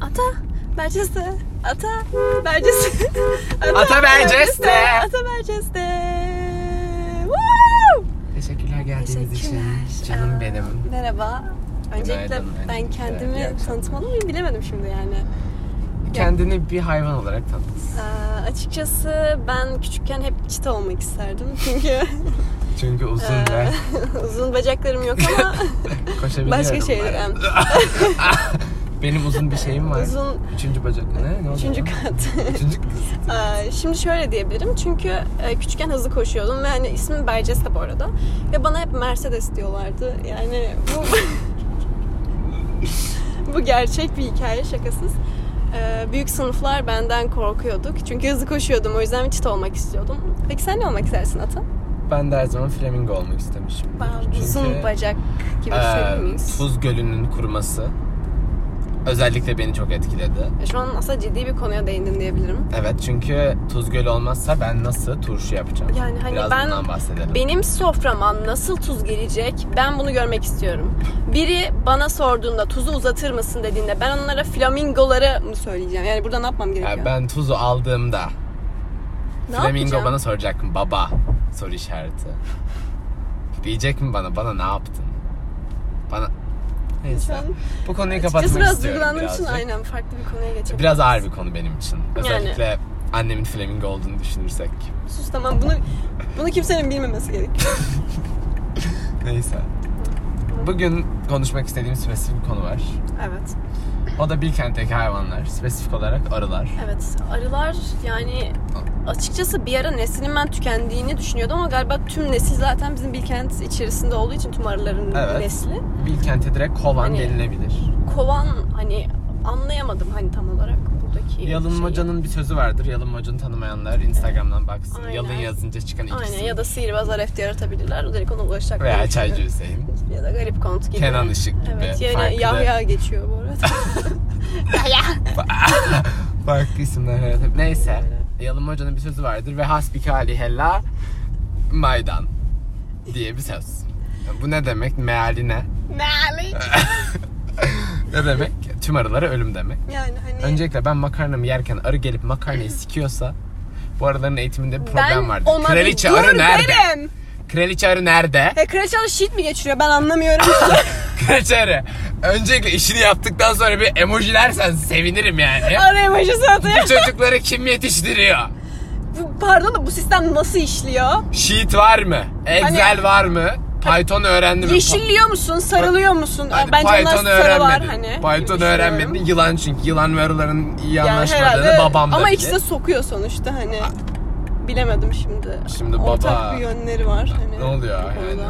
Ata Berceste. Ata Berceste. Ata Berceste. Ata Berceste. Woo! Teşekkürler geldiğiniz için. Teşekkürler. Canım Aa, benim. Merhaba. Öncelikle Günaydın, ben öncelikle. İyi kendimi akşamlar. tanıtmalı mıyım bilemedim şimdi yani. Kendini bir hayvan olarak tanıt. Ee, açıkçası ben küçükken hep çita olmak isterdim çünkü Çünkü uzun ve ee, uzun bacaklarım yok ama koşabiliyorum. başka şeyler. em, Benim uzun bir şeyim var. uzun Üçüncü bacak. Ne? ne oldu üçüncü lan? kat. Üçüncü kız. Ee, Şimdi şöyle diyebilirim çünkü e, küçükken hızlı koşuyordum ve hani ismim Berces de bu arada ve bana hep Mercedes diyorlardı yani bu bu gerçek bir hikaye şakasız. Ee, Büyük sınıflar benden korkuyorduk çünkü hızlı koşuyordum o yüzden çit olmak istiyordum. Peki sen ne olmak istersin Ata? Ben de her zaman flamingo olmak istemişim. Ben Çünkü, uzun bacak gibi eee, söyleyeyim miyiz? Tuz Gölü'nün kuruması özellikle beni çok etkiledi. Şu an aslında ciddi bir konuya değindin diyebilirim. Evet çünkü Tuz Gölü olmazsa ben nasıl turşu yapacağım? Yani hani Biraz ben- bundan bahsedelim. Benim soframa nasıl tuz gelecek? Ben bunu görmek istiyorum. Biri bana sorduğunda tuzu uzatır mısın dediğinde ben onlara flamingoları mı söyleyeceğim? Yani burada ne yapmam gerekiyor? Yani ben tuzu aldığımda ne Flamingo yapacağım? bana soracak mı? Baba soru işareti. Diyecek mi bana? Bana ne yaptın? Bana... Neyse. Sen- Bu konuyu Açıkçası kapatmak biraz istiyorum duygulandığım için birazcık. aynen farklı bir konuya geçelim. Biraz ağır bir konu benim için. Özellikle annemin flamingo olduğunu düşünürsek. Sus tamam bunu bunu kimsenin bilmemesi gerekiyor. Neyse. Bugün konuşmak istediğim spesifik bir konu var. evet. O da Bilkent'teki hayvanlar. Spesifik olarak arılar. Evet. Arılar yani açıkçası bir ara neslinin ben tükendiğini düşünüyordum ama galiba tüm nesil zaten bizim Bilkent içerisinde olduğu için tüm arıların Evet. nesli. Bilkent'e direkt kovan Hani- denilebilir. kovan hani anlayamadım hani tam olarak buradaki şey. Yalınmaca'nın bir sözü vardır. Yalınmaca'nı tanımayanlar Instagram'dan baksın. Aynen. Yalın yazınca çıkan şeyi. ikisi. Aynen ya da sihirbazlar FD yaratabilirler. Direkt ona ulaşacaklar. Veya Çaycı Hüseyin. Ya da Garip Kont gibi. Kenan Işık gibi. Evet yani Farklı- Yahya geçiyor bu arada. Yahya. Farklı isimler evet. Neyse. Yalın Hoca'nın bir sözü vardır ve hasbikali hella maydan diye bir söz. Bu ne demek? Meali ne? Mealik. ne demek? Tüm arılara ölüm demek. Yani hani Öncelikle ben makarnamı yerken arı gelip makarnayı sikiyorsa bu arıların eğitiminde bir ben problem vardır. ona Kraliçe bir arı dur nerede? derim. Kraliçe arı nerede? Ya kraliçe arı shit mi geçiriyor ben anlamıyorum. Kraliçe arı. Öncelikle işini yaptıktan sonra bir emojilersen sevinirim yani. arı emojisi Bu atıyor. çocukları kim yetiştiriyor? Bu- Pardon da bu sistem nasıl işliyor? Sheet var mı? Excel Hani- var mı? Python öğrendi mi? Yeşilliyor musun? Sarılıyor musun? Pa- Hani Bence Python onlar sarı var öğrenmedi. hani. Python gibi düşünüyorum. öğrenmedi. Yılan çünkü. Yılan ve arıların iyi anlaşmadığını herhalde- babam da Ama bilir. ikisi de sokuyor sonuçta hani. Bilemedim şimdi. Şimdi baba- Ortak bir yönleri var hani. Ne oluyor bu yani? konuda.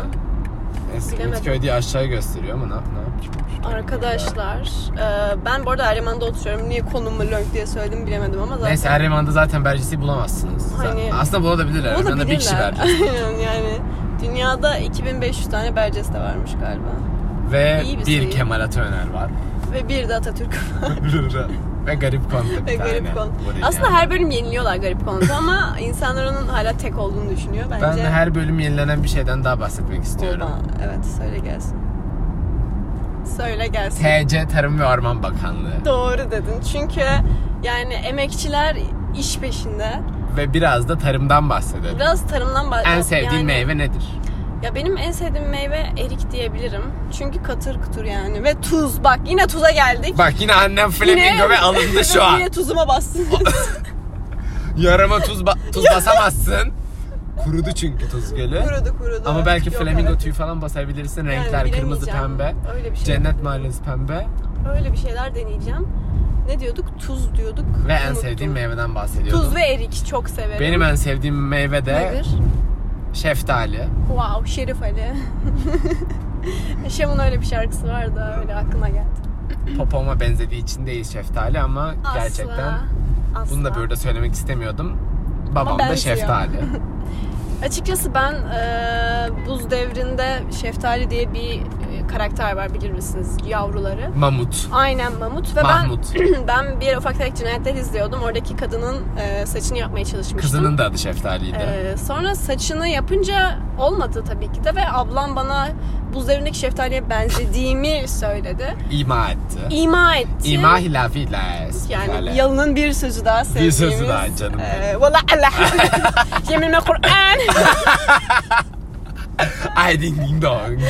Eski Bilemedim. Ümitköy diye aşağı gösteriyor ama ne, ne yapayım? Arkadaşlar, e, ben bu arada Eryaman'da oturuyorum. Niye konumu lönk diye söyledim bilemedim ama zaten. Neyse Eryaman'da zaten Bercesi'yi bulamazsınız. Hani- Aslında bulabilirler. Bunu da Eryaman'da bir kişi bilirler. Bercesi. Aynen yani. Dünyada 2500 tane Berceste varmış galiba. Ve İyi bir şey. bir, sayı. Kemal Atöner var. Ve bir de Atatürk var. ve garip Ve konta bir tane. garip konu. Bu değil Aslında yani. her bölüm yeniliyorlar garip konuda ama insanlar onun hala tek olduğunu düşünüyor bence. Ben de her bölüm yenilenen bir şeyden daha bahsetmek istiyorum. Oba, Evet söyle gelsin. Söyle gelsin. TC Tarım ve Orman Bakanlığı. Doğru dedin. Çünkü yani emekçiler iş peşinde. Ve biraz da tarımdan bahsedelim. Biraz tarımdan bahsediyorum. En sevdiğin meyve nedir? Ya benim en sevdiğim meyve erik diyebilirim. Çünkü katır kutur yani. Ve tuz. Bak yine tuza geldik. Bak yine annem flamingo ve alındı şu an. yine tuzuma bastın. Yarama tuz, ba- tuz basamazsın. Kurudu çünkü tuz gölü. kurudu kurudu. Ama belki Yok, flamingo evet. tüyü falan basabilirsin. Yani Renkler kırmızı bilemeyeceğim. pembe. Öyle bir şey. Cennet mahallesi pembe. Öyle bir şeyler deneyeceğim. Ne diyorduk? Tuz diyorduk. Ve en Unuttum. sevdiğim meyveden bahsediyordum. Tuz ve erik çok severim. Benim en sevdiğim meyve de Nedir? şeftali. Wow, Şerif Ali. Şem'in öyle bir şarkısı var da öyle aklıma geldi. Popoma benzediği için değil şeftali ama gerçekten Asla. şey bunu da burada söylemek istemiyordum. Babam da benziyor. şeftali. Açıkçası ben e, buz devrinde Şeftali diye bir e, karakter var bilir misiniz yavruları. Mamut. Aynen Mamut ve Mahmut. ben ben bir ara ufak tefek cinayetler izliyordum. Oradaki kadının e, saçını yapmaya çalışmıştım. E, Kızının da adı şeftaliydi. Ee, sonra saçını yapınca olmadı tabii ki de ve ablam bana buzlarındaki şeftaliye benzediğimi söyledi. İma etti. İma etti. İma hilafi hilas. yani yalının bir sözü daha Bir sevdiğimiz. sözü daha canım benim. Ee, Valla Allah. Yeminle Kur'an. Ay ding ding dong.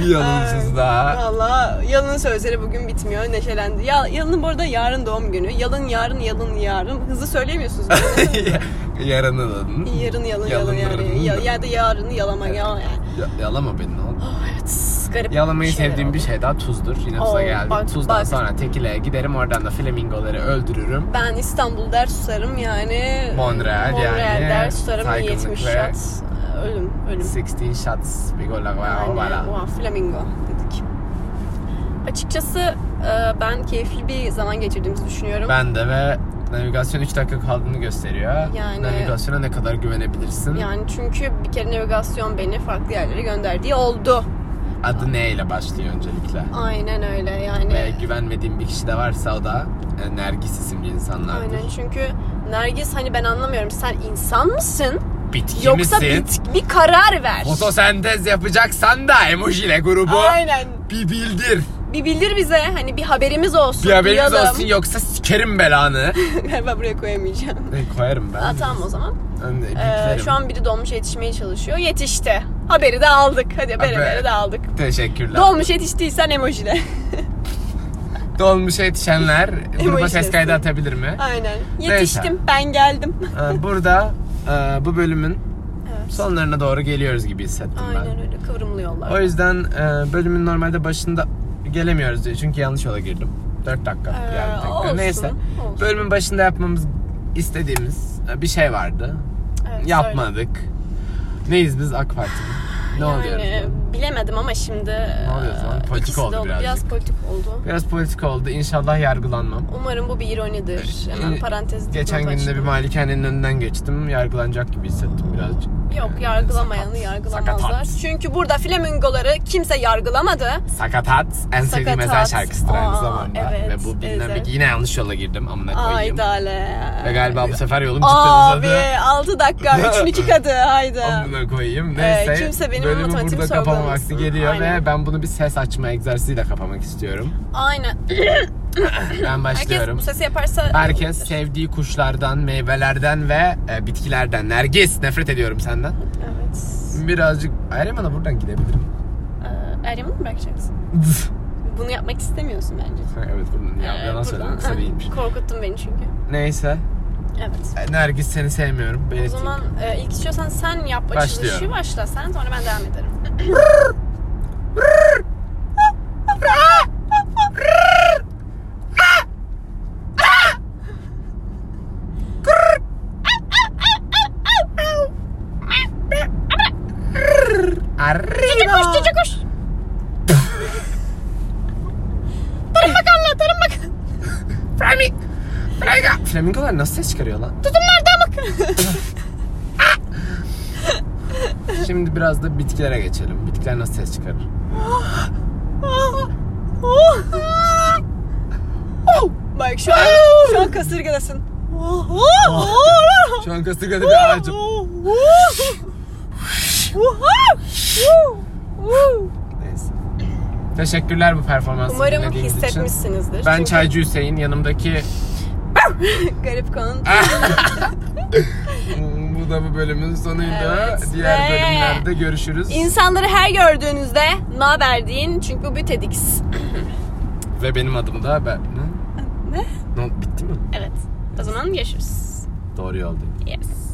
bir yalın sözü daha. Valla yalının sözleri bugün bitmiyor. Neşelendi. Ya, yalının bu arada yarın doğum günü. Yalın yarın yalın yarın. Hızlı söyleyemiyorsunuz. değil mi? Yaranın. yarın yalın yalın yani. Ya, ya da yarını yalama ya. Ya, yalama beni ne olur. Evet, garip Yalamayı şeyler sevdiğim bir oldu. şey daha tuzdur. Yine Oo, tuza geldik. bak, Tuzdan bak. sonra tekileye giderim. Oradan da flamingoları öldürürüm. Ben İstanbul ders tutarım yani. Monreal yani. ders tutarım Saygınlık 70 ve- şat. e, Ölüm, ölüm. 16 shots. Bir gol var. Yani, Voilà. wow, flamingo dedik. Açıkçası e, ben keyifli bir zaman geçirdiğimizi düşünüyorum. Ben de ve navigasyon 3 dakika kaldığını gösteriyor. Yani- Navigasyona ne kadar güvenebilirsin? Yani çünkü bir kere navigasyon beni farklı yerlere gönderdiği oldu. Adı ne ile başlıyor öncelikle? Aynen öyle yani. Ve güvenmediğim bir kişi de varsa o da e, Nergis isimli insanlardır. Aynen çünkü Nergis hani ben anlamıyorum sen insan mısın Bitki yoksa misin? bit- bir karar ver. Fotosentez yapacaksan da emojiyle grubu Aynen. bir bildir. Bir bildir bize hani bir haberimiz olsun. Bir haberiniz duyalım. olsun yoksa sikerim belanı. ben buraya koyamayacağım. E, Koyarım ben. Aa, tamam o zaman. Ben de Ee, biplerim. şu an biri dolmuş yetişmeye çalışıyor. Yetişti. Haberi de aldık. Hadi bere Haber. bere de aldık. Teşekkürler. Dolmuş yetiştiysen emojile. Dolmuşa yetişenler gruba ses Emojilesin. kaydı atabilir mi? Aynen. Yetiştim Neyse. ben geldim. Ee, Burada e, bu bölümün Evet. sonlarına doğru geliyoruz gibi hissettim Aynen öyle kıvrımlı yollar. ben. O yüzden e, bölümün normalde başında gelemiyoruz diye çünkü yanlış yola girdim. 4 dakika. Ee, yani tekrar. olsun, Neyse. olsun. Bölümün başında yapmamız istediğimiz e, bir şey vardı. Evet, söyle. Yapmadık. Neyiz biz AK Parti? Ne oluyoruz? Yani bilemedim ama şimdi e, ne oluyoruz lan? Politik oldu birazcık. Biraz politik oldu. Biraz politik oldu. İnşallah yargılanmam. Umarım bu bir ironidir. Hemen Ee, parantez Geçen dipnot günde bir açtım. malikanenin önünden geçtim. Yargılanacak gibi hissettim birazcık. Yok yargılamayanı Sakat, yargılamazlar. sakatat. Çünkü burada flamingoları kimse yargılamadı. Sakatat en sevdiğim Sakatat. ezel şarkısıdır aynı Aa, zamanda. evet, Ve bu bilinen ezel. yine yanlış yola girdim amına koyayım. Aydale. Ve galiba bu sefer yolum cidden Abi uzadı. 6 dakika 3'ün 2 katı hayda. Amına koyayım. Ee, Neyse. kimse benim bölümü matematiğimi burada kapama sorgulamasın. vakti geliyor Aynen. ve ben bunu bir ses açma egzersiziyle kapamak istiyorum. Aynen. Ben Herkes başlıyorum. bu sesi yaparsa Herkes sevdiği kuşlardan, meyvelerden ve e, bitkilerden. Nergis nefret ediyorum senden. Evet. Birazcık Eryaman'a buradan gidebilirim. Ee, Eryaman'ı mı bırakacaksın? Bunu yapmak istemiyorsun bence. evet bunun ya, Ee, yalan buradan- söylemek kısa değilmiş. Korkuttun beni çünkü. Neyse. Evet. Nergis seni sevmiyorum. O Belirteyim. zaman e, ilk istiyorsan sen yap açılışı Başlıyorum. başla sen sonra ben devam ederim. Arriba. kuş. tarım bakanlığı tarım bakanlığı. Flamingo. Flamingo. Flamingolar nasıl ses çıkarıyor lan? Tutumlar damak. Şimdi biraz da bitkilere geçelim. Bitkiler nasıl ses çıkarır? Bak şu an, şu an kasırgadasın. Şu an kasırgada bir ağacım. Neyse. Teşekkürler bu performansı Umarım dinlediğiniz için. hissetmişsinizdir. Ben Çünkü Çaycı Hüseyin yanımdaki Garip kanın. bu da bu bölümün sonuydu. Evet. Diğer Ve- bölümlerde görüşürüz. İnsanları her gördüğünüzde ne haber deyin çünkü bu TEDx. Ve benim adım da ben. Ne? Ne? Ne oldu? Bitti mi? Evet. O zaman görüşürüz. Doğru yoldayım. Yes.